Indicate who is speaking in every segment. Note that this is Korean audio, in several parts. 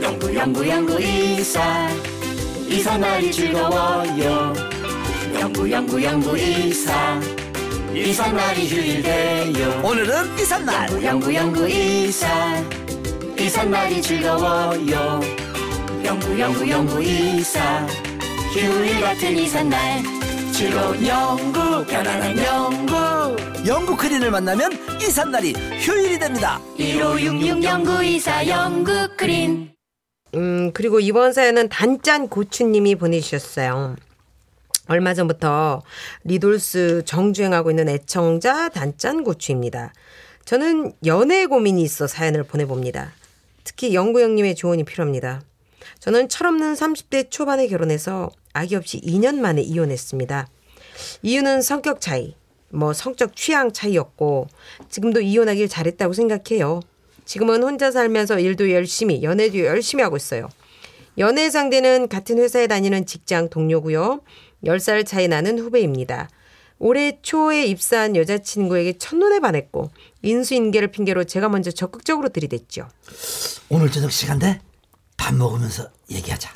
Speaker 1: 연구 연구 연구 이사 이사 날이 즐거워요 연구 연구 연구 이사 이사 날이 휴일 돼요
Speaker 2: 오늘은 이삿날
Speaker 1: 연구 연구 이사 이사 날이 즐거워요 연구 연구 연구 이사 휴일 같은 이사 날 즐거운 연구 편안한 연구
Speaker 2: 영국 크린을 만나면 이삿날이 휴일이 됩니다
Speaker 1: 1566 연구 이사 연구 그린
Speaker 3: 음, 그리고 이번 사연은 단짠 고추님이 보내주셨어요. 얼마 전부터 리돌스 정주행하고 있는 애청자 단짠 고추입니다. 저는 연애 고민이 있어 사연을 보내봅니다. 특히 영구 형님의 조언이 필요합니다. 저는 철없는 30대 초반에 결혼해서 아기 없이 2년 만에 이혼했습니다. 이유는 성격 차이, 뭐 성적 취향 차이였고 지금도 이혼하길 잘했다고 생각해요. 지금은 혼자 살면서 일도 열심히 연애도 열심히 하고 있어요. 연애 상대는 같은 회사에 다니는 직장 동료고요. 10살 차이 나는 후배입니다. 올해 초에 입사한 여자친구에게 첫눈에 반했고 인수인계를 핑계로 제가 먼저 적극적으로 들이댔죠.
Speaker 2: 오늘 저녁 시간대 밥 먹으면서 얘기하자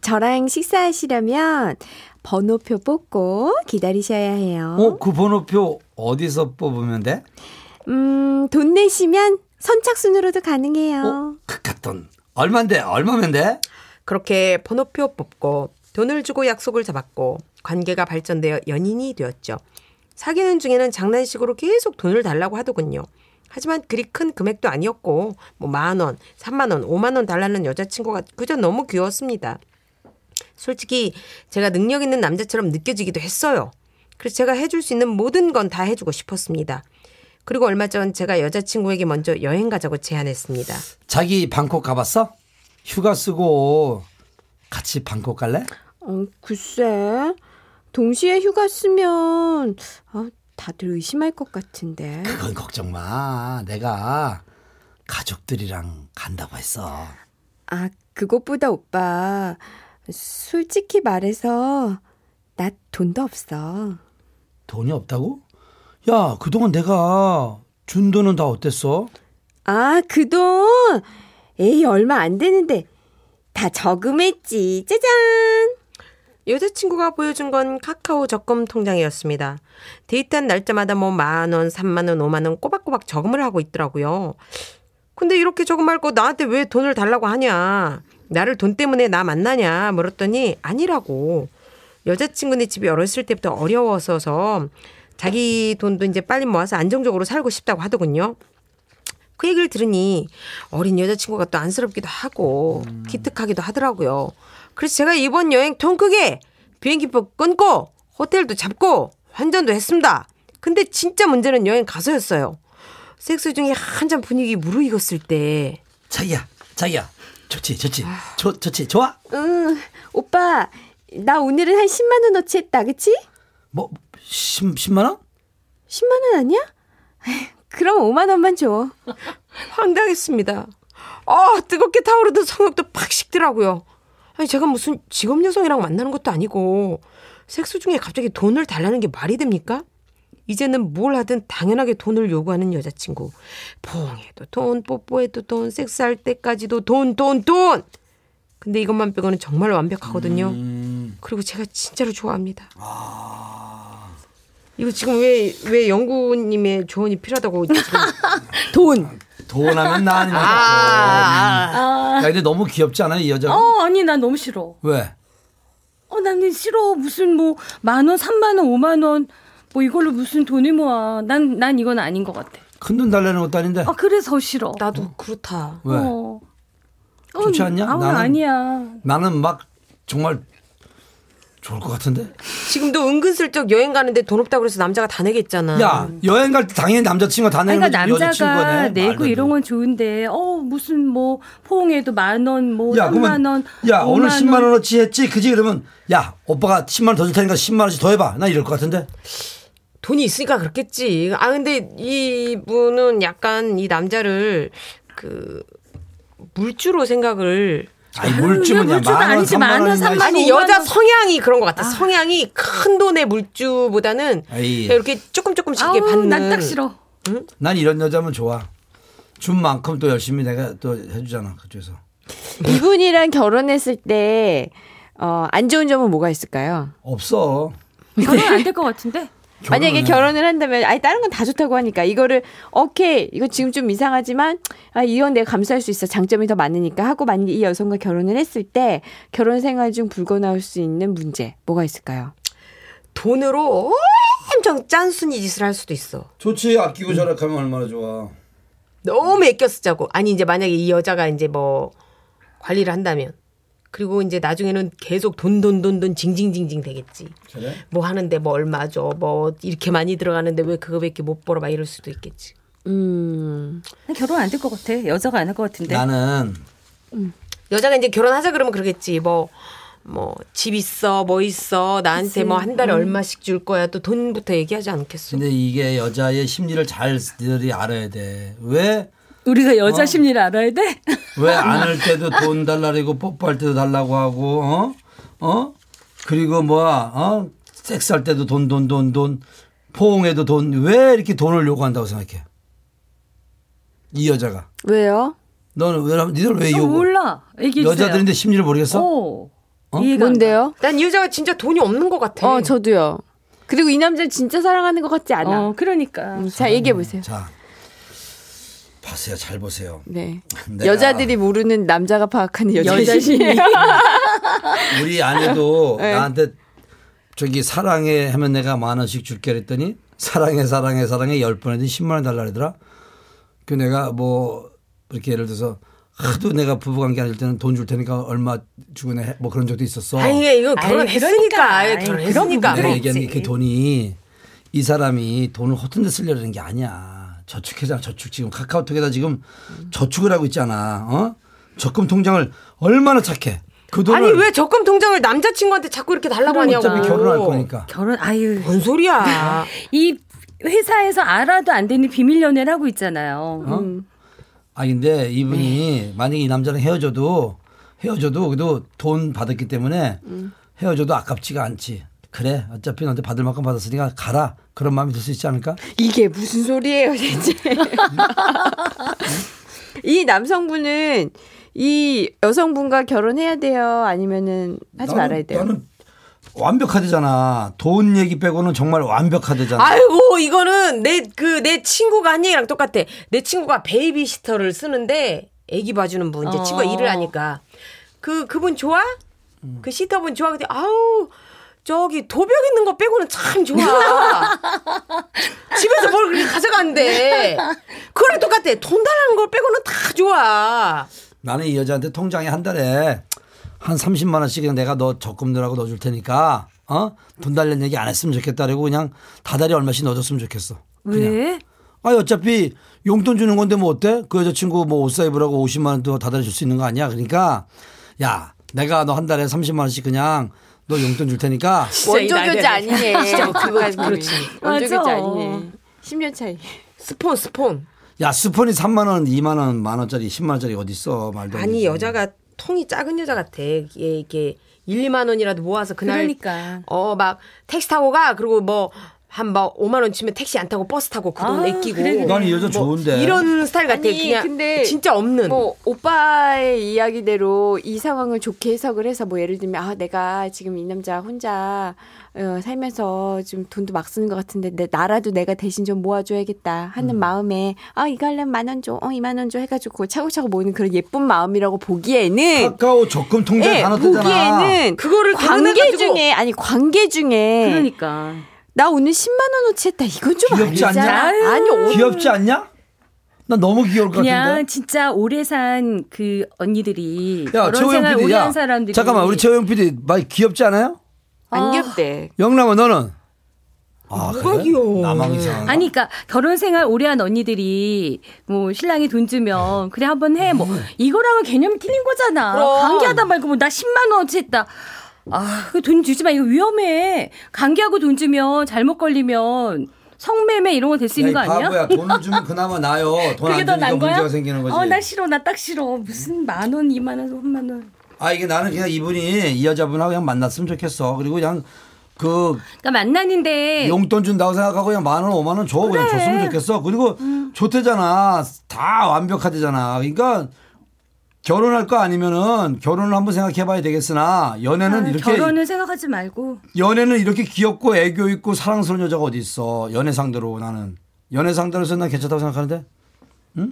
Speaker 4: 저랑 식사하시려면 번호표 뽑고 기다리셔야 해요.
Speaker 5: 어, 그 번호표 어디서 뽑으면 돼?
Speaker 4: 음, 돈 내시면 선착순으로도
Speaker 5: 어?
Speaker 4: 가능해요.
Speaker 5: 그깟돈 얼만데? 얼마면 돼?
Speaker 3: 그렇게 번호표 뽑고 돈을 주고 약속을 잡았고 관계가 발전되어 연인이 되었죠. 사귀는 중에는 장난식으로 계속 돈을 달라고 하더군요. 하지만 그리 큰 금액도 아니었고 뭐 만 원, 삼만 원, 오만 원 달라는 여자친구가 그저 너무 귀여웠습니다. 솔직히 제가 능력 있는 남자처럼 느껴지기도 했어요. 그래서 제가 해줄 수 있는 모든 건 다 해주고 싶었습니다. 그리고 얼마 전 제가 여자친구에게 먼저 여행 가자고 제안했습니다.
Speaker 5: 자기 방콕 가봤어? 휴가 쓰고 같이 방콕 갈래?
Speaker 4: 어, 글쎄. 동시에 휴가 쓰면 아, 다들 의심할 것 같은데.
Speaker 5: 그건 걱정 마. 내가 가족들이랑 간다고 했어.
Speaker 4: 아, 그것보다 오빠 솔직히 말해서 나 돈도 없어.
Speaker 5: 돈이 없다고? 야, 그동안 내가 준 돈은 다 어땠어?
Speaker 4: 아, 그 돈! 에이, 얼마 안 되는데. 다 저금했지. 짜잔!
Speaker 3: 여자친구가 보여준 건 카카오 적금 통장이었습니다. 데이트한 날짜마다 뭐 만 원, 삼만 원, 오만 원 꼬박꼬박 저금을 하고 있더라고요. 근데 이렇게 저금할 거 나한테 왜 돈을 달라고 하냐? 나를 돈 때문에 나 만나냐? 물었더니 아니라고. 여자친구네 집이 어렸을 때부터 어려워서서 자기 돈도 이제 빨리 모아서 안정적으로 살고 싶다고 하더군요. 그 얘기를 들으니 어린 여자친구가 또 안쓰럽기도 하고 기특하기도 하더라고요. 그래서 제가 이번 여행 통 크게 비행기표 끊고 호텔도 잡고 환전도 했습니다. 근데 진짜 문제는 여행 가서였어요. 섹스 중에 한참 분위기 무르익었을 때
Speaker 5: 자기야, 자기야. 좋지, 좋지. 좋, 좋지. 좋아.
Speaker 4: 응, 오빠, 나 오늘은 한 10만원어치 했다, 그치?
Speaker 5: 뭐, 10, 10만 원?
Speaker 4: 10만원 아니야? 에휴, 그럼 5만원만 줘.
Speaker 3: 황당했습니다. 아 뜨겁게 타오르던 성욕도 팍 식더라고요. 아니 제가 무슨 직업 여성이랑 만나는 것도 아니고 섹스 중에 갑자기 돈을 달라는 게 말이 됩니까? 이제는 뭘 하든 당연하게 돈을 요구하는 여자친구. 포옹해도 돈, 뽀뽀해도 돈, 섹스할 때까지도 돈, 돈, 돈. 근데 이것만 빼고는 정말 완벽하거든요. 그리고 제가 진짜로 좋아합니다. 이거 지금 왜 왜 영구님의 조언이 필요하다고 지금 돈.
Speaker 5: 돈 하면 나 아니면 나. 야, 근데 너무 귀엽지 않아요, 이 여자?
Speaker 6: 아. 어, 아니, 난 너무 싫어.
Speaker 5: 왜?
Speaker 6: 어, 나는 싫어. 무슨 뭐, 만 원, 삼만 원, 오만 원, 뭐 이걸로 무슨 돈을 모아. 난, 난 이건 아닌 것 같아.
Speaker 5: 큰 돈 달라는 것도 아닌데.
Speaker 6: 아, 그래서 싫어.
Speaker 3: 나도 그렇다.
Speaker 5: 왜?
Speaker 6: 어. 어,
Speaker 5: 좋지 않냐?
Speaker 6: 아우,
Speaker 5: 나는-
Speaker 6: 아니야.
Speaker 5: 나는 막 정말 좋을 것 같은데.
Speaker 3: 지금도 은근슬쩍 여행 가는데 돈 없다고 그래서 남자가 다 내겠잖아.
Speaker 5: 야, 여행 갈 때 당연히 남자친구 다 내는
Speaker 6: 음. 그러니까
Speaker 5: 거지.
Speaker 6: 남자가
Speaker 5: 여자친구가 내. 아,
Speaker 6: 내고 이런 건 좋은데, 어, 무슨 뭐, 포옹해도 만 원, 뭐,
Speaker 5: 야,
Speaker 6: 삼만
Speaker 5: 그러면
Speaker 6: 원.
Speaker 5: 야, 오늘
Speaker 6: 5만
Speaker 5: 10만 원어치 했지. 그지 그러면 야, 오빠가 10만 원 더 줄 테니까 10만 원씩 더해 봐. 나 이럴 것 같은데.
Speaker 3: 돈이 있으니까 그렇겠지. 아 근데 이 분은 약간 이 남자를 그 물주로 생각을
Speaker 5: 아니, 물주면 야,
Speaker 6: 물주도
Speaker 5: 만원
Speaker 6: 아니지, 만 원,
Speaker 5: 3만
Speaker 6: 삼만
Speaker 5: 원.
Speaker 3: 아니
Speaker 6: 오만
Speaker 3: 여자
Speaker 6: 원.
Speaker 3: 성향이 그런 것 같아. 성향이 큰 돈의 물주보다는
Speaker 5: 에이.
Speaker 3: 이렇게 조금 조금씩 이렇게
Speaker 6: 아우,
Speaker 3: 받는.
Speaker 6: 난딱 싫어.
Speaker 5: 난 이런 여자면 좋아. 준 만큼 또 열심히 내가 또 해주잖아 그쪽에서.
Speaker 4: 이분이랑 결혼했을 때, 어, 안 좋은 점은 뭐가 있을까요?
Speaker 5: 없어.
Speaker 6: 결혼 안 될 것 같은데?
Speaker 4: 만약에 결혼을 한다면, 아니, 다른 건 다 좋다고 하니까, 이거를, 오케이, 이거 지금 좀 이상하지만, 아, 이 건 내가 감수할 수 있어. 장점이 더 많으니까. 하고, 만약에 이 여성과 결혼을 했을 때, 결혼 생활 중 불거나올 수 있는 문제, 뭐가 있을까요?
Speaker 3: 돈으로 엄청 짠순이 짓을 할 수도 있어.
Speaker 5: 좋지 아끼고 절약하면 얼마나 좋아.
Speaker 3: 너무 애껴 쓰자고. 아니 이제 만약에 이 여자가 이제 뭐 관리를 한다면 그리고 이제 나중에는 계속 돈 돈 돈 돈 징징징징 되겠지.
Speaker 5: 그래?
Speaker 3: 뭐 하는데 뭐 얼마죠. 뭐 이렇게 많이 들어가는데 왜 그거밖에 못 벌어 막 이럴 수도 있겠지.
Speaker 4: 음,
Speaker 6: 난 결혼 안 될 것 같아. 여자가 안 할 것 같은데.
Speaker 5: 나는
Speaker 3: 여자가 이제 결혼하자 그러면 그러겠지. 뭐 뭐 집 있어 뭐 있어 나한테 뭐 한 달에 얼마씩 줄 거야 또 돈부터 얘기하지 않겠어.
Speaker 5: 근데 이게 여자의 심리를 잘 들이 알아야 돼. 왜?
Speaker 6: 우리가 여자
Speaker 5: 어.
Speaker 6: 심리를 알아야 돼?
Speaker 5: 왜 안 할 때도 돈 달라고 뽀뽀할 때도 달라고 하고 어? 어? 그리고 뭐야? 어? 섹스할 때도 돈 돈 돈 돈. 포옹에도 돈. 왜 이렇게 돈을 요구한다고 생각해? 이 여자가.
Speaker 4: 왜요?
Speaker 5: 너는 왜 니들 왜
Speaker 6: 어,
Speaker 5: 요구?
Speaker 6: 몰라. 얘기해 주세요.
Speaker 5: 여자들인데 심리를 모르겠어?
Speaker 6: 어. 이해가 안
Speaker 4: 뭔데요?
Speaker 3: 난 이 여자가 진짜 돈이 없는 것 같아.
Speaker 4: 어, 저도요. 그리고 이 남자를 진짜 사랑하는 것 같지
Speaker 6: 가.
Speaker 4: 않아.
Speaker 6: 어, 그러니까.
Speaker 4: 음, 자, 얘기해보세요.
Speaker 5: 자. 보세요. 잘 보세요.
Speaker 4: 네.
Speaker 5: 내가-
Speaker 4: 여자들이 모르는 남자가 파악하는 여자 심리.
Speaker 5: 우리 아내도
Speaker 4: 네.
Speaker 5: 나한테 저기 사랑해 하면 내가 만 원씩 줄게 그랬더니 사랑해 사랑해 사랑해 열 번에도 10만 원 달라 그러더라. 그 내가 뭐 이렇게 예를 들어서 하도 내가 부부관계 아닐 때는 돈 줄 테니까 얼마 주고 내 뭐 그런 적도 있었어.
Speaker 3: 아니 이거
Speaker 6: 아이,
Speaker 3: 결혼했으니까
Speaker 6: 그러니까.
Speaker 3: 아이,
Speaker 6: 아이,
Speaker 3: 결혼했으니까
Speaker 5: 내가
Speaker 6: 그런
Speaker 5: 얘기하는
Speaker 3: 그랬지.
Speaker 5: 게그 돈이 이 사람이 돈을 허튼 데 쓰려는 게 아니야. 저축해잖아. 저축 지금 카카오톡에다 지금 저축을 하고 있잖아. 어? 적금 통장을 얼마나 착해. 그 돈을
Speaker 3: 아니 왜 적금 통장을 남자친구한테 자꾸 이렇게 달라고 하냐고.
Speaker 5: 어차피 결혼할 거니까.
Speaker 6: 결혼 아유.
Speaker 3: 뭔 소리야.
Speaker 6: 이 회사에서 알아도 안 되는 비밀 연애를 하고 있잖아요. 음.
Speaker 5: 어? 아 근데 이분이 만약에 이 남자랑 헤어져도 헤어져도 그래도 돈 받았기 때문에 헤어져도 아깝지가 않지. 그래 어차피 너한테 받을 만큼 받았으니까 가라 그런 마음이 들 수 있지 않을까?
Speaker 4: 이게 무슨 소리예요, 대체? 이 남성분은 이 여성분과 결혼해야 돼요? 아니면은 하지 말아야 돼요?
Speaker 5: 나는 완벽하대잖아. 돈 얘기 빼고는 정말 완벽하대잖아.
Speaker 3: 아이고 이거는 내 그 내 친구가 한 얘기랑 똑같아. 내 친구가 베이비시터를 쓰는데 애기 봐주는 분 이제
Speaker 6: 어.
Speaker 3: 친구가 일을 하니까 그 그분 좋아?
Speaker 5: 음.
Speaker 3: 그 시터분 좋아? 근데 아우 저기 도벽 있는 거 빼고는 참 좋아. 집에서 뭘 그렇게 가져간대. 그거랑 똑같아. 돈 달라는 걸 빼고는 다 좋아.
Speaker 5: 나는 이 여자한테 통장에 한 달에 한 30만 원씩 그냥 내가 너 적금 넣으라고 넣어줄 테니까 어? 돈 달라는 얘기 안 했으면 좋겠다 그리고 그냥 다달이 얼마씩 넣어줬으면 좋겠어. 그냥.
Speaker 6: 왜?
Speaker 5: 아 어차피 용돈 주는 건데 뭐 어때? 그 여자친구 뭐 옷 사입으라고 50만 원도 다달이 줄 수 있는 거 아니야? 그러니까 야 내가 너 한 달에 30만 원씩 그냥 너 용돈 줄 테니까
Speaker 4: 원조
Speaker 3: 이
Speaker 4: 교제
Speaker 3: 나이에.
Speaker 4: 아니네.
Speaker 3: 진짜 뭐 그거 그렇지.
Speaker 4: 원조 교제
Speaker 6: 맞아.
Speaker 4: 아니네. 10년 차이.
Speaker 3: 스폰 스폰.
Speaker 5: 야 스폰이 3만 원, 2만 원, 만 원짜리, 10만 원짜리 어디 있어 말도 안
Speaker 3: 아니
Speaker 5: 되지.
Speaker 3: 여자가 통이 작은 여자 같아. 이게 이게 1, 2만 원이라도 모아서 그날
Speaker 6: 그러니까.
Speaker 3: 어 막 택시 타고 가 그리고 뭐 한 막 5만 원 치면 택시 안 타고 버스 타고 그 돈
Speaker 6: 아,
Speaker 3: 아끼고 뭐
Speaker 6: 그래, 그래.
Speaker 5: 난이 여자 좋은데.
Speaker 3: 이런 스타일 같아.
Speaker 4: 아니,
Speaker 3: 그냥
Speaker 4: 근데
Speaker 3: 진짜 없는.
Speaker 4: 뭐 오빠의 이야기대로 이 상황을 좋게 해석을 해서 뭐 예를 들면 아 내가 지금 이 남자 혼자 어, 살면서 좀 돈도 막 쓰는 것 같은데 내, 나라도 내가 대신 좀 모아줘야겠다 하는 마음에 아 이거 하려면 만 원 줘, 어 이만 원 줘 해가지고 차곡차곡 모으는 그런 예쁜 마음이라고 보기에는
Speaker 5: 카카오 적금 통장
Speaker 4: 예,
Speaker 5: 아, 다 넣었잖아.
Speaker 4: 보기에는
Speaker 3: 그거를
Speaker 4: 관계
Speaker 3: 대응해가지고-
Speaker 4: 중에 아니 관계 중에
Speaker 5: 네.
Speaker 6: 그러니까.
Speaker 4: 나 오늘 10만 원어치 했다 이건 좀
Speaker 5: 귀엽지
Speaker 4: 아니잖아
Speaker 5: 않냐?
Speaker 4: 아니 오-
Speaker 5: 귀엽지 않냐? 나 너무 귀여울 것
Speaker 6: 그냥
Speaker 5: 같은데.
Speaker 6: 진짜 오래 산 그 언니들이
Speaker 5: 야
Speaker 6: 결혼
Speaker 5: 최호영
Speaker 6: 생활
Speaker 5: PD,
Speaker 6: 오래
Speaker 5: 야
Speaker 6: 한 사람들이
Speaker 5: 잠깐만 우리 최호영 PD 말 귀엽지 않아요?
Speaker 4: 안 귀엽대
Speaker 5: 영남아 너는 아
Speaker 3: 뭐가
Speaker 5: 그래?
Speaker 3: 귀여워.
Speaker 5: 나만 이상.
Speaker 6: 아니 그러니까 결혼 생활 오래 한 언니들이 뭐 신랑이 돈 주면 그래 한번 해 뭐
Speaker 5: 음.
Speaker 6: 이거랑은 개념이 틀린 거잖아.
Speaker 3: 그럼.
Speaker 6: 관계하다 말고 뭐 나 10만 원어치 했다. 아, 그 돈 주지 마. 이거 위험해. 관계하고 돈 주면 잘못 걸리면 성매매 이런 거 될 수 있는 거 아니야?
Speaker 5: 바보야 돈을 주면 그나마 나요. 돈 안
Speaker 6: 그게 더
Speaker 5: 주니까
Speaker 6: 난 거야?
Speaker 5: 문제가 생기는 거지.
Speaker 6: 어, 나 싫어. 나 딱 싫어. 무슨 만 원, 이만 원, 삼만 원.
Speaker 5: 아 이게 나는 그냥 이분이 이 여자분하고 그냥 만났으면 좋겠어. 그리고 그냥 그
Speaker 6: 그러니까 만난인데
Speaker 5: 용돈 준다고 생각하고 그냥 만 원, 오만 원 줘. 그냥
Speaker 6: 음.
Speaker 5: 줬으면 좋겠어. 그리고 좋대잖아. 다 완벽하대잖아. 그러니까 결혼할 거 아니면은 결혼을 한번 생각해 봐야 되겠으나 연애는
Speaker 6: 아,
Speaker 5: 이렇게
Speaker 6: 결혼은 생각하지 말고 뭐
Speaker 5: 연애는 이렇게 귀엽고 애교 있고 사랑스러운 여자가 어디 있어. 연애 상대로 나는 연애 상대로서 난 괜찮다고 생각하는데.
Speaker 6: 뭐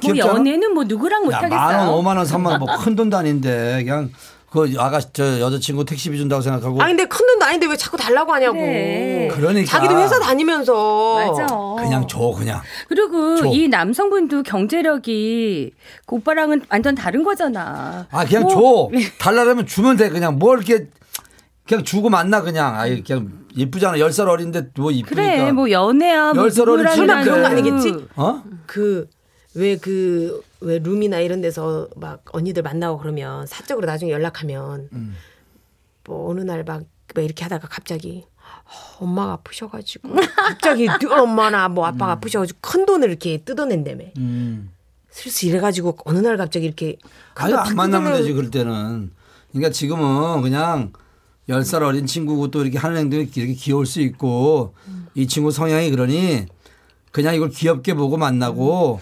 Speaker 5: 귀엽지 않아?
Speaker 6: 연애는 뭐 누구랑 못
Speaker 5: 야, 만 원,
Speaker 6: 하겠어요.
Speaker 5: 오만 원, 삼만 원, 뭐 큰 돈도 아닌데 그냥 그 아가 저 여자친구 택시비 준다고 생각하고.
Speaker 3: 아 근데 큰 돈도 아닌데 왜 자꾸 달라고 하냐고.
Speaker 6: 그래.
Speaker 5: 그러니까.
Speaker 3: 자기도 회사 다니면서.
Speaker 6: 맞아. 어.
Speaker 5: 그냥 줘 그냥.
Speaker 6: 그리고
Speaker 5: 줘.
Speaker 6: 이 남성분도 경제력이 그 오빠랑은 완전 다른 거잖아.
Speaker 5: 아 그냥
Speaker 6: 뭐,
Speaker 5: 줘. 달라면 주면 돼 그냥 뭘 이렇게 그냥 주고 만나 그냥. 아이 그냥 이쁘잖아. 열 살 어린데 뭐 이쁘니까.
Speaker 6: 그래, 뭐 연애야, 뭐
Speaker 5: 열살 어린
Speaker 6: 누구랑
Speaker 5: 설마 그런 거
Speaker 3: 아니겠지?
Speaker 5: 어?
Speaker 3: 그 왜 그 왜 룸이나 이런 데서 막 언니들 만나고 그러면 사적으로 나중에 연락하면
Speaker 5: 음.
Speaker 3: 뭐 어느 날 막 이렇게 하다가 갑자기 어, 엄마가 아프셔가지고
Speaker 4: 음.
Speaker 3: 갑자기 누- 엄마나 뭐 아빠가 아프셔가지고 큰 돈을 이렇게 뜯어낸다며
Speaker 5: 음.
Speaker 3: 슬슬 이래가지고 어느 날 갑자기 이렇게
Speaker 5: 아니
Speaker 3: 큰
Speaker 5: 안
Speaker 3: 돈
Speaker 5: 만나면
Speaker 3: 뜯어내고
Speaker 5: 되지 그럴 때는. 그러니까 지금은 그냥 열 살 어린 친구고 또 이렇게 하는 행동이 이렇게 귀여울 수 있고 이 친구 성향이 그러니 그냥 이걸 귀엽게 보고 만나고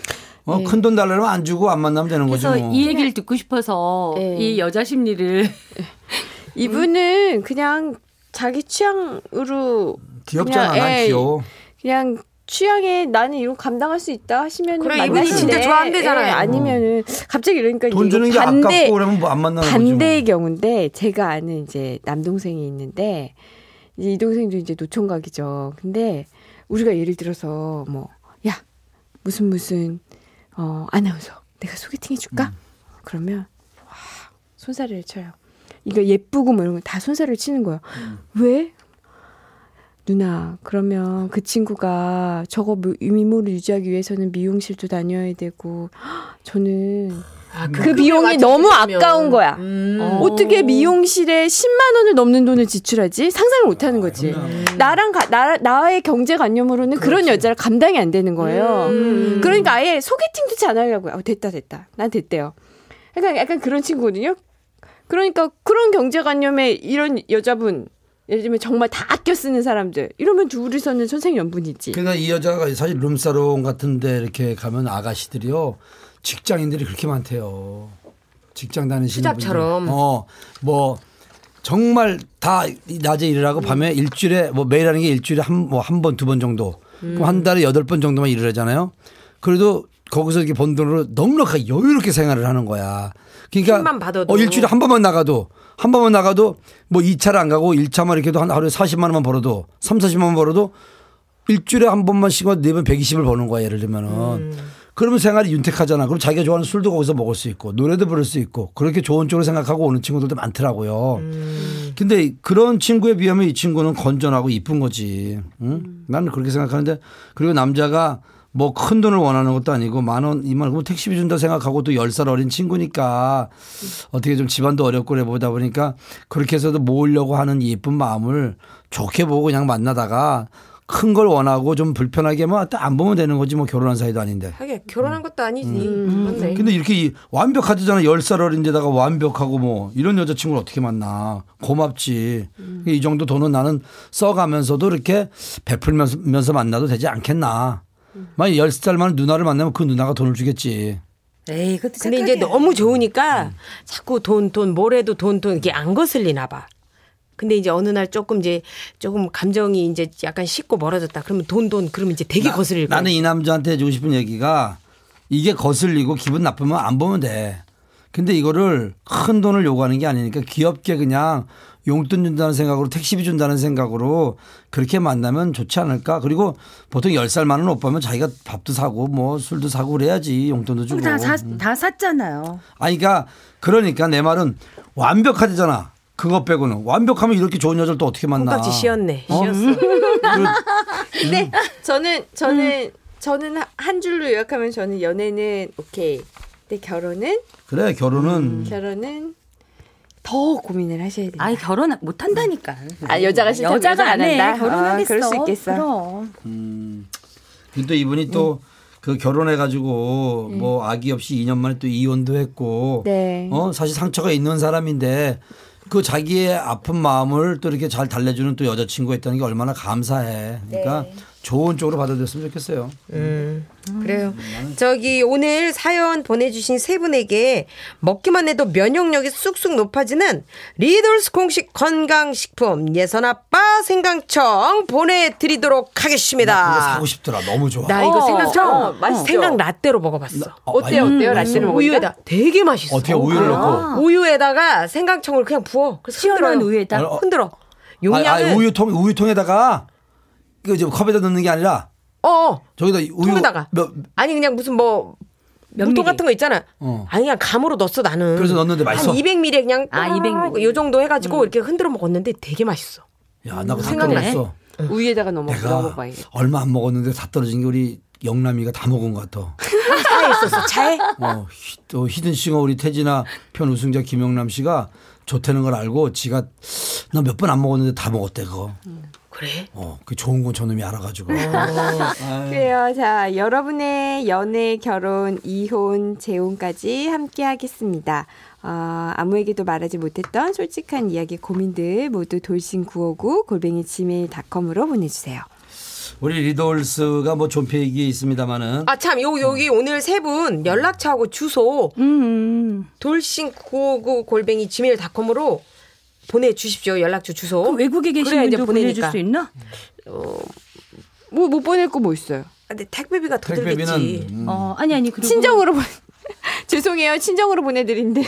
Speaker 4: 네.
Speaker 5: 어, 큰 돈 달라면 안 주고 안 만나면 되는 거지
Speaker 6: 그래서
Speaker 5: 뭐.
Speaker 6: 이 얘기를 듣고 싶어서
Speaker 4: 네.
Speaker 6: 이 여자 심리를
Speaker 4: 이분은 그냥 자기 취향으로
Speaker 5: 귀엽잖아.
Speaker 4: 그냥, 예,
Speaker 5: 난
Speaker 4: 에이,
Speaker 5: 귀여워.
Speaker 4: 그냥 취향에 나는 이거 감당할 수 있다 하시면
Speaker 3: 그래, 이분이 진짜 좋아한대잖아요.
Speaker 4: 아니면은 갑자기 이러니까
Speaker 5: 돈
Speaker 4: 이게
Speaker 5: 주는 게
Speaker 4: 그러니까 반대-
Speaker 5: 아깝고 그러면 뭐 안 만나는 거지 뭐.
Speaker 4: 반대의 경우인데 제가 아는 이제 남동생이 있는데 이제 이 동생도 이제 노총각이죠. 근데 우리가 예를 들어서 뭐 야 무슨 무슨 어 아나운서 내가 소개팅
Speaker 5: 음.
Speaker 4: 해줄까? 그러면 와 손사래를 쳐요. 이거 예쁘고 뭐 이런 거 다 손사래를 치는 거예요.
Speaker 5: 음.
Speaker 4: 왜? 누나 그러면 그 친구가 저거 미- 미모를 유지하기 위해서는 미용실도 다녀야 되고 저는
Speaker 3: 아,
Speaker 4: 그 비용이 너무 아까운 거야. 어떻게 미용실에 10만 원을 넘는 돈을 지출하지? 상상을 못 하는 거지. 나랑 가- 나, 나의 경제관념으로는 그런 여자를 감당이 안 되는 거예요. 그러니까 아예 소개팅조차 안 하려고요. 어, 됐다 됐다. 난 됐대요. 약간 약간 그런 친구거든요. 그러니까 그런 경제관념에 이런 여자분 예를 들면 정말 다 아껴 쓰는 사람들 이러면 둘이서는 선생연분이지.
Speaker 5: 그러니까 이 여자가 사실 룸사롱 같은데 이렇게 가면 아가씨들이요 직장인들이 그렇게 많대요. 직장 다니시는
Speaker 3: 수잡처럼.
Speaker 5: 분들. 어뭐 정말 다 낮에 일을
Speaker 3: 음.
Speaker 5: 하고 밤에 일주일에 뭐 매일 하는 게 일주일에 한 뭐 한 번 두 번 정도. 그럼
Speaker 3: 음.
Speaker 5: 한 달에 여덟 번 정도만 일을 하잖아요. 그래도 거기서 이렇게 번 돈으로 넉넉하게 여유롭게 생활을 하는 거야. 그러니까
Speaker 3: 힘만 받아도.
Speaker 5: 어 일주일에 한 번만 나가도 한 번만 나가도 뭐 2차를 안 가고 1차만 이렇게도 한 하루에 40만 원만 벌어도 3, 40만 원 벌어도 일주일에 한 번만 쉬고 네번 120을 버는 거야 예를 들면은
Speaker 3: 음.
Speaker 5: 그러면 생활이 윤택하잖아 그럼 자기가 좋아하는 술도 거기서 먹을 수 있고 노래도 부를 수 있고 그렇게 좋은 쪽으로 생각하고 오는 친구들도 많더라고요
Speaker 3: 음.
Speaker 5: 근데 그런 친구에 비하면 이 친구는 건전하고 이쁜 거지 응? 나는 그렇게 생각하는데 그리고 남자가 뭐 큰 돈을 원하는 것도 아니고 만 원, 이만 원, 그럼 택시비 준다 생각하고 또 열 살 어린 친구니까 어떻게 좀 집안도 어렵고 그래 보다 보니까 그렇게 해서도 모으려고 하는 이 예쁜 마음을 좋게 보고 그냥 만나다가 큰 걸 원하고 좀 불편하게 뭐 안 보면 되는 거지 뭐 결혼한 사이도 아닌데.
Speaker 3: 하긴 결혼한 것도 아니지
Speaker 5: 음.
Speaker 4: 음.
Speaker 3: 맞네.
Speaker 5: 근데 이렇게 이- 완벽하잖아. 열 살 어린데다가 완벽하고 뭐 이런 여자친구를 어떻게 만나. 고맙지. 이 정도 돈은 나는 써가면서도 이렇게 베풀면서 만나도 되지 않겠나. 만약 열 살만 누나를 만나면 그 누나가 돈을 주겠지.
Speaker 6: 에이 그것도
Speaker 3: 근데 이제 너무 좋으니까 자꾸 돈, 돈, 뭘 해도 돈, 돈, 이게 안 거슬리나 봐. 근데 이제 어느 날 조금 이제 조금 감정이 이제 약간 식고 멀어졌다. 그러면 돈, 돈, 그러면 이제 되게 거슬릴 거야.
Speaker 5: 나는 이 남자한테 해주고 싶은 얘기가 이게 거슬리고 기분 나쁘면 안 보면 돼. 근데 이거를 큰 돈을 요구하는 게 아니니까 귀엽게 그냥 용돈 준다는 생각으로 택시비 준다는 생각으로 그렇게 만나면 좋지 않을까. 그리고 보통 10살 많은 오빠면 자기가 밥도 사고 뭐 술도 사고 그래야지 용돈도 주고.
Speaker 6: 다, 그러니까 사, 다 샀잖아요.
Speaker 5: 아니 그러니까 그러니까 내 말은 완벽하잖아. 그것 빼고는 완벽하면 이렇게 좋은 여자를 또 어떻게 만나.
Speaker 3: 콩깍지 씌었네.
Speaker 5: 어?
Speaker 3: 씌었어.
Speaker 4: 근데 저는 저는 저는 한 줄로 요약하면 저는 연애는 오케이. 근데 결혼은
Speaker 5: 그래
Speaker 4: 음.
Speaker 5: 결혼은
Speaker 4: 결혼은 더 고민을 하셔야 돼요.
Speaker 6: 아니 결혼 못 한다니까.
Speaker 4: 아, 여자가 싫다면 여자가 안
Speaker 6: 해.
Speaker 4: 한다?
Speaker 6: 결혼하겠어.
Speaker 4: 아, 그럴 수 있겠어.
Speaker 6: 그럼.
Speaker 5: 근데 또 이분이
Speaker 3: 음.
Speaker 5: 또 그 결혼해가지고
Speaker 3: 예.
Speaker 5: 뭐 아기 없이 2년 만에 또 이혼도 했고
Speaker 4: 네.
Speaker 5: 어 사실 상처가 있는 사람인데 그
Speaker 3: 네.
Speaker 5: 자기의 아픈 마음을 또 이렇게 잘 달래주는 또 여자친구가 있다는 게 얼마나 감사해. 그러니까 좋은 쪽으로 받아들였으면 좋겠어요. 음.
Speaker 3: 그래요. 저기 오늘 사연 보내주신 세 분에게 먹기만 해도 면역력이 쑥쑥 높아지는 리돌스 공식 건강식품 예선아빠 생강청 보내드리도록
Speaker 5: 나 그거
Speaker 3: 하겠습니다.
Speaker 5: 사고 싶더라. 너무 좋아. 아,
Speaker 3: 나 이거
Speaker 4: 어,
Speaker 3: 생강청
Speaker 4: 어, 맛있죠?
Speaker 3: 생강 라떼로 먹어봤어.
Speaker 4: 어때요,
Speaker 5: 맛있- 맛있어.
Speaker 4: 어때요? 라떼를 먹-
Speaker 3: 우유에다 되게 맛있어.
Speaker 5: 어떻게 우유를 넣고?
Speaker 3: 우유에다가 생강청을 그냥 부어. 그래서
Speaker 6: 아. 시원한
Speaker 3: 흔들어요.
Speaker 6: 우유에다.
Speaker 5: 어,
Speaker 3: 흔들어.
Speaker 5: 아니,
Speaker 3: 용량은
Speaker 5: 아니, 우유통 우유통에다가 그 지금 컵에다 넣는 게 아니라
Speaker 3: 어, 어
Speaker 5: 저기다 우유
Speaker 3: 통에다가
Speaker 5: 몇-
Speaker 3: 아니 그냥 무슨 뭐
Speaker 6: 몇
Speaker 3: 우통
Speaker 6: 미리?
Speaker 3: 같은 거 있잖아.
Speaker 5: 어.
Speaker 3: 아니 그냥 감으로 넣었어 나는.
Speaker 5: 그래서 넣었는데 맛있어?
Speaker 3: 한 200ml 그냥
Speaker 6: 아, 음. 200ml.
Speaker 3: 요 정도 해가지고 이렇게 흔들어 먹었는데 되게 맛있어.
Speaker 5: 야, 나그
Speaker 6: 생각나네.
Speaker 5: 생각났어.
Speaker 4: 우유에다가 넣어
Speaker 5: 내가
Speaker 4: 먹어봐요.
Speaker 5: 얼마 안 먹었는데 다 떨어진 게 우리 영남이가 다 먹은 것 같아.
Speaker 3: 차에 있었어 차에.
Speaker 5: 어, 히- 또 히든싱어 우리 태진아 편 우승자 김영남 씨가 좋다는 걸 알고 지가 나 몇 번 안 먹었는데 다 먹었대 그거.
Speaker 3: 그래.
Speaker 5: 어, 그 좋은 건 저놈이 알아가지고.
Speaker 4: 그래요. 자, 여러분의 연애, 결혼, 이혼, 재혼까지 함께 하겠습니다. 어, 아무에게도 말하지 못했던 솔직한 이야기 고민들 모두 돌싱 959 골뱅이 지메일닷컴으로 보내주세요.
Speaker 5: 우리 리돌스가 뭐 존폐기 있습니다만은
Speaker 3: 아 참 요 여기 오늘 세 분 연락처하고 주소
Speaker 6: 음.
Speaker 3: 돌싱 959 골뱅이 gmail.com으로 보내주십시오 연락처 주소.
Speaker 6: 외국에 계신
Speaker 3: 그래야 이제
Speaker 6: 분도 보내줄
Speaker 3: 보내니까.
Speaker 6: 수 있나?
Speaker 4: 뭐 못 보낼 거 뭐 있어요?
Speaker 3: 아, 근데 택배비가 더 들겠지.
Speaker 5: 택배비는 음,
Speaker 6: 어, 아니 아니 그리고
Speaker 4: 친정으로 보내. 죄송해요. 친정으로 보내드린대요.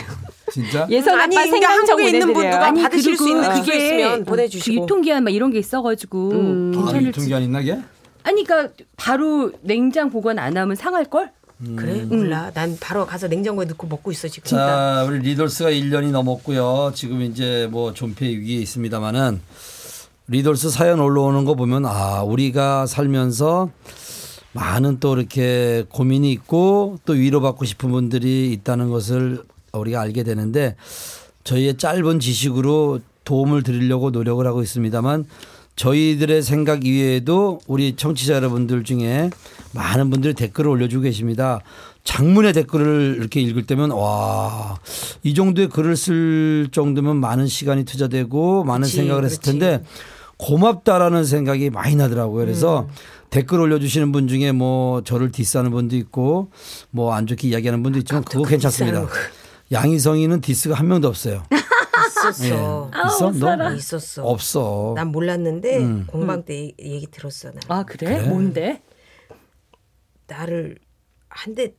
Speaker 5: 진짜
Speaker 4: 예선
Speaker 3: 아니,
Speaker 4: 아빠
Speaker 3: 그러니까
Speaker 4: 생강청
Speaker 3: 한국에 있는
Speaker 4: 보내드려요.
Speaker 3: 분들과
Speaker 4: 아니,
Speaker 3: 받으실 수 있는 그게 있으면 보내주시고.
Speaker 6: 그 유통기한 막 이런 게 있어가지고
Speaker 5: 아,
Speaker 6: 괜찮을지.
Speaker 5: 유통기한 있나 게?
Speaker 6: 아니 그러니까 바로 냉장 보관 안 하면 상할 걸?
Speaker 3: 그래 몰라. 난 바로 가서 냉장고에 넣고 먹고 있어 지금.
Speaker 5: 자, 우리 리돌스가 1년이 넘었고요. 지금 이제 뭐 존폐 위기에 있습니다만은 리돌스 사연 올라오는 거 보면 아, 우리가 살면서 많은 또 이렇게 고민이 있고 또 위로받고 싶은 분들이 있다는 것을 우리가 알게 되는데 저희의 짧은 지식으로 도움을 드리려고 노력을 하고 있습니다만 저희들의 생각 이외에도 우리 청취자 여러분들 중에 많은 분들이 댓글을 올려주고 계십니다. 장문의 댓글을 이렇게 읽을 때면 와, 이 정도의 글을 쓸 정도면 많은 시간이 투자되고 많은
Speaker 3: 그치,
Speaker 5: 생각을 했을
Speaker 3: 그치.
Speaker 5: 텐데 고맙다라는 생각이 많이 나더라고요. 그래서 댓글 올려주시는 분 중에 뭐 저를 디스하는 분도 있고 뭐 안 좋게 이야기하는 분도 있지만 그거 괜찮습니다.
Speaker 3: 디스하는
Speaker 5: 양희성이는 디스가 한 명도 없어요.
Speaker 3: 있었어. 뭐
Speaker 5: 있어? 너?
Speaker 3: 있었어.
Speaker 5: 예. 없어.
Speaker 3: 난 몰랐는데
Speaker 6: 음.
Speaker 3: 공방 때 얘기, 얘기 들었어 나.
Speaker 6: 아 그래? 뭔데?
Speaker 3: 나를 한 대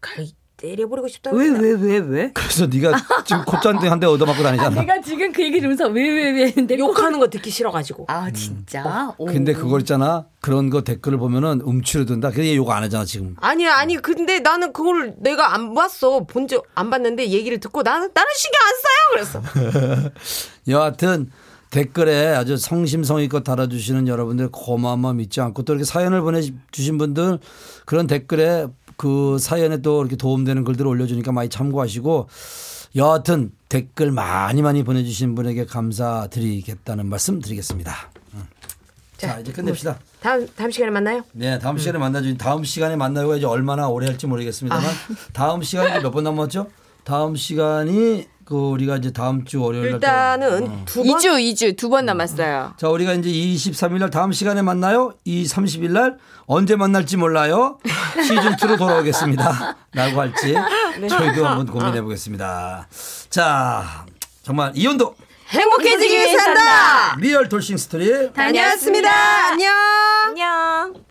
Speaker 3: 갈 때려버리고 싶다고.
Speaker 6: 왜
Speaker 3: 했나?
Speaker 6: 왜 왜 왜?
Speaker 5: 그래서 네가 지금 콧잔등 한 대 얻어맞고 다니잖아.
Speaker 6: 내가 지금 그 얘기 들으면서 왜 왜 왜 했는데
Speaker 3: 욕하는 거 듣기 싫어가지고.
Speaker 6: 아 진짜? 오.
Speaker 5: 근데 그걸 있잖아. 그런 거 댓글을 보면은 움츠러든다. 그게 요거 안 하잖아 지금.
Speaker 3: 아니 아니 근데 나는 그걸 내가 안 봤어 본 적 안 봤는데 얘기를 듣고 나는 나는 신경 안 써요 그랬어.
Speaker 5: 여하튼 댓글에 아주 성심성의껏 달아주시는 여러분들 고마운 마음 잊지 않고 또 이렇게 사연을 보내주신 분들 그런 댓글에 그 사연에 또 이렇게 도움되는 글들을 올려주니까 많이 참고하시고 여하튼 댓글 많이 많이 보내주신 분에게 감사드리겠다는 말씀 드리겠습니다. 음. 자 이제 끝냅시다.
Speaker 3: 다음 다음 시간에 만나요.
Speaker 5: 네 다음 아. 시간에 만나주 다음 시간에 만나고 이제 얼마나 오래 할지 모르겠습니다만 다음 시간이 몇 번 남았죠? 다음 시간이 그 우리가 이제 다음 주 월요일 날 또-
Speaker 3: 일단은 두 번.
Speaker 4: 2주, 2주 두 번 남았어요.
Speaker 5: 자, 우리가 이제 23일 날 다음 시간에 만나요. 이 30일 날 언제 만날지 몰라요. 시즌 2로 돌아오겠습니다. 라고 할지 저희도 한번 고민해 보겠습니다. 자, 정말 이혼도
Speaker 3: 행복해지기 위해 산다.
Speaker 5: 리얼 돌싱 스토리
Speaker 3: 다녀왔습니다. 안녕.
Speaker 4: 안녕.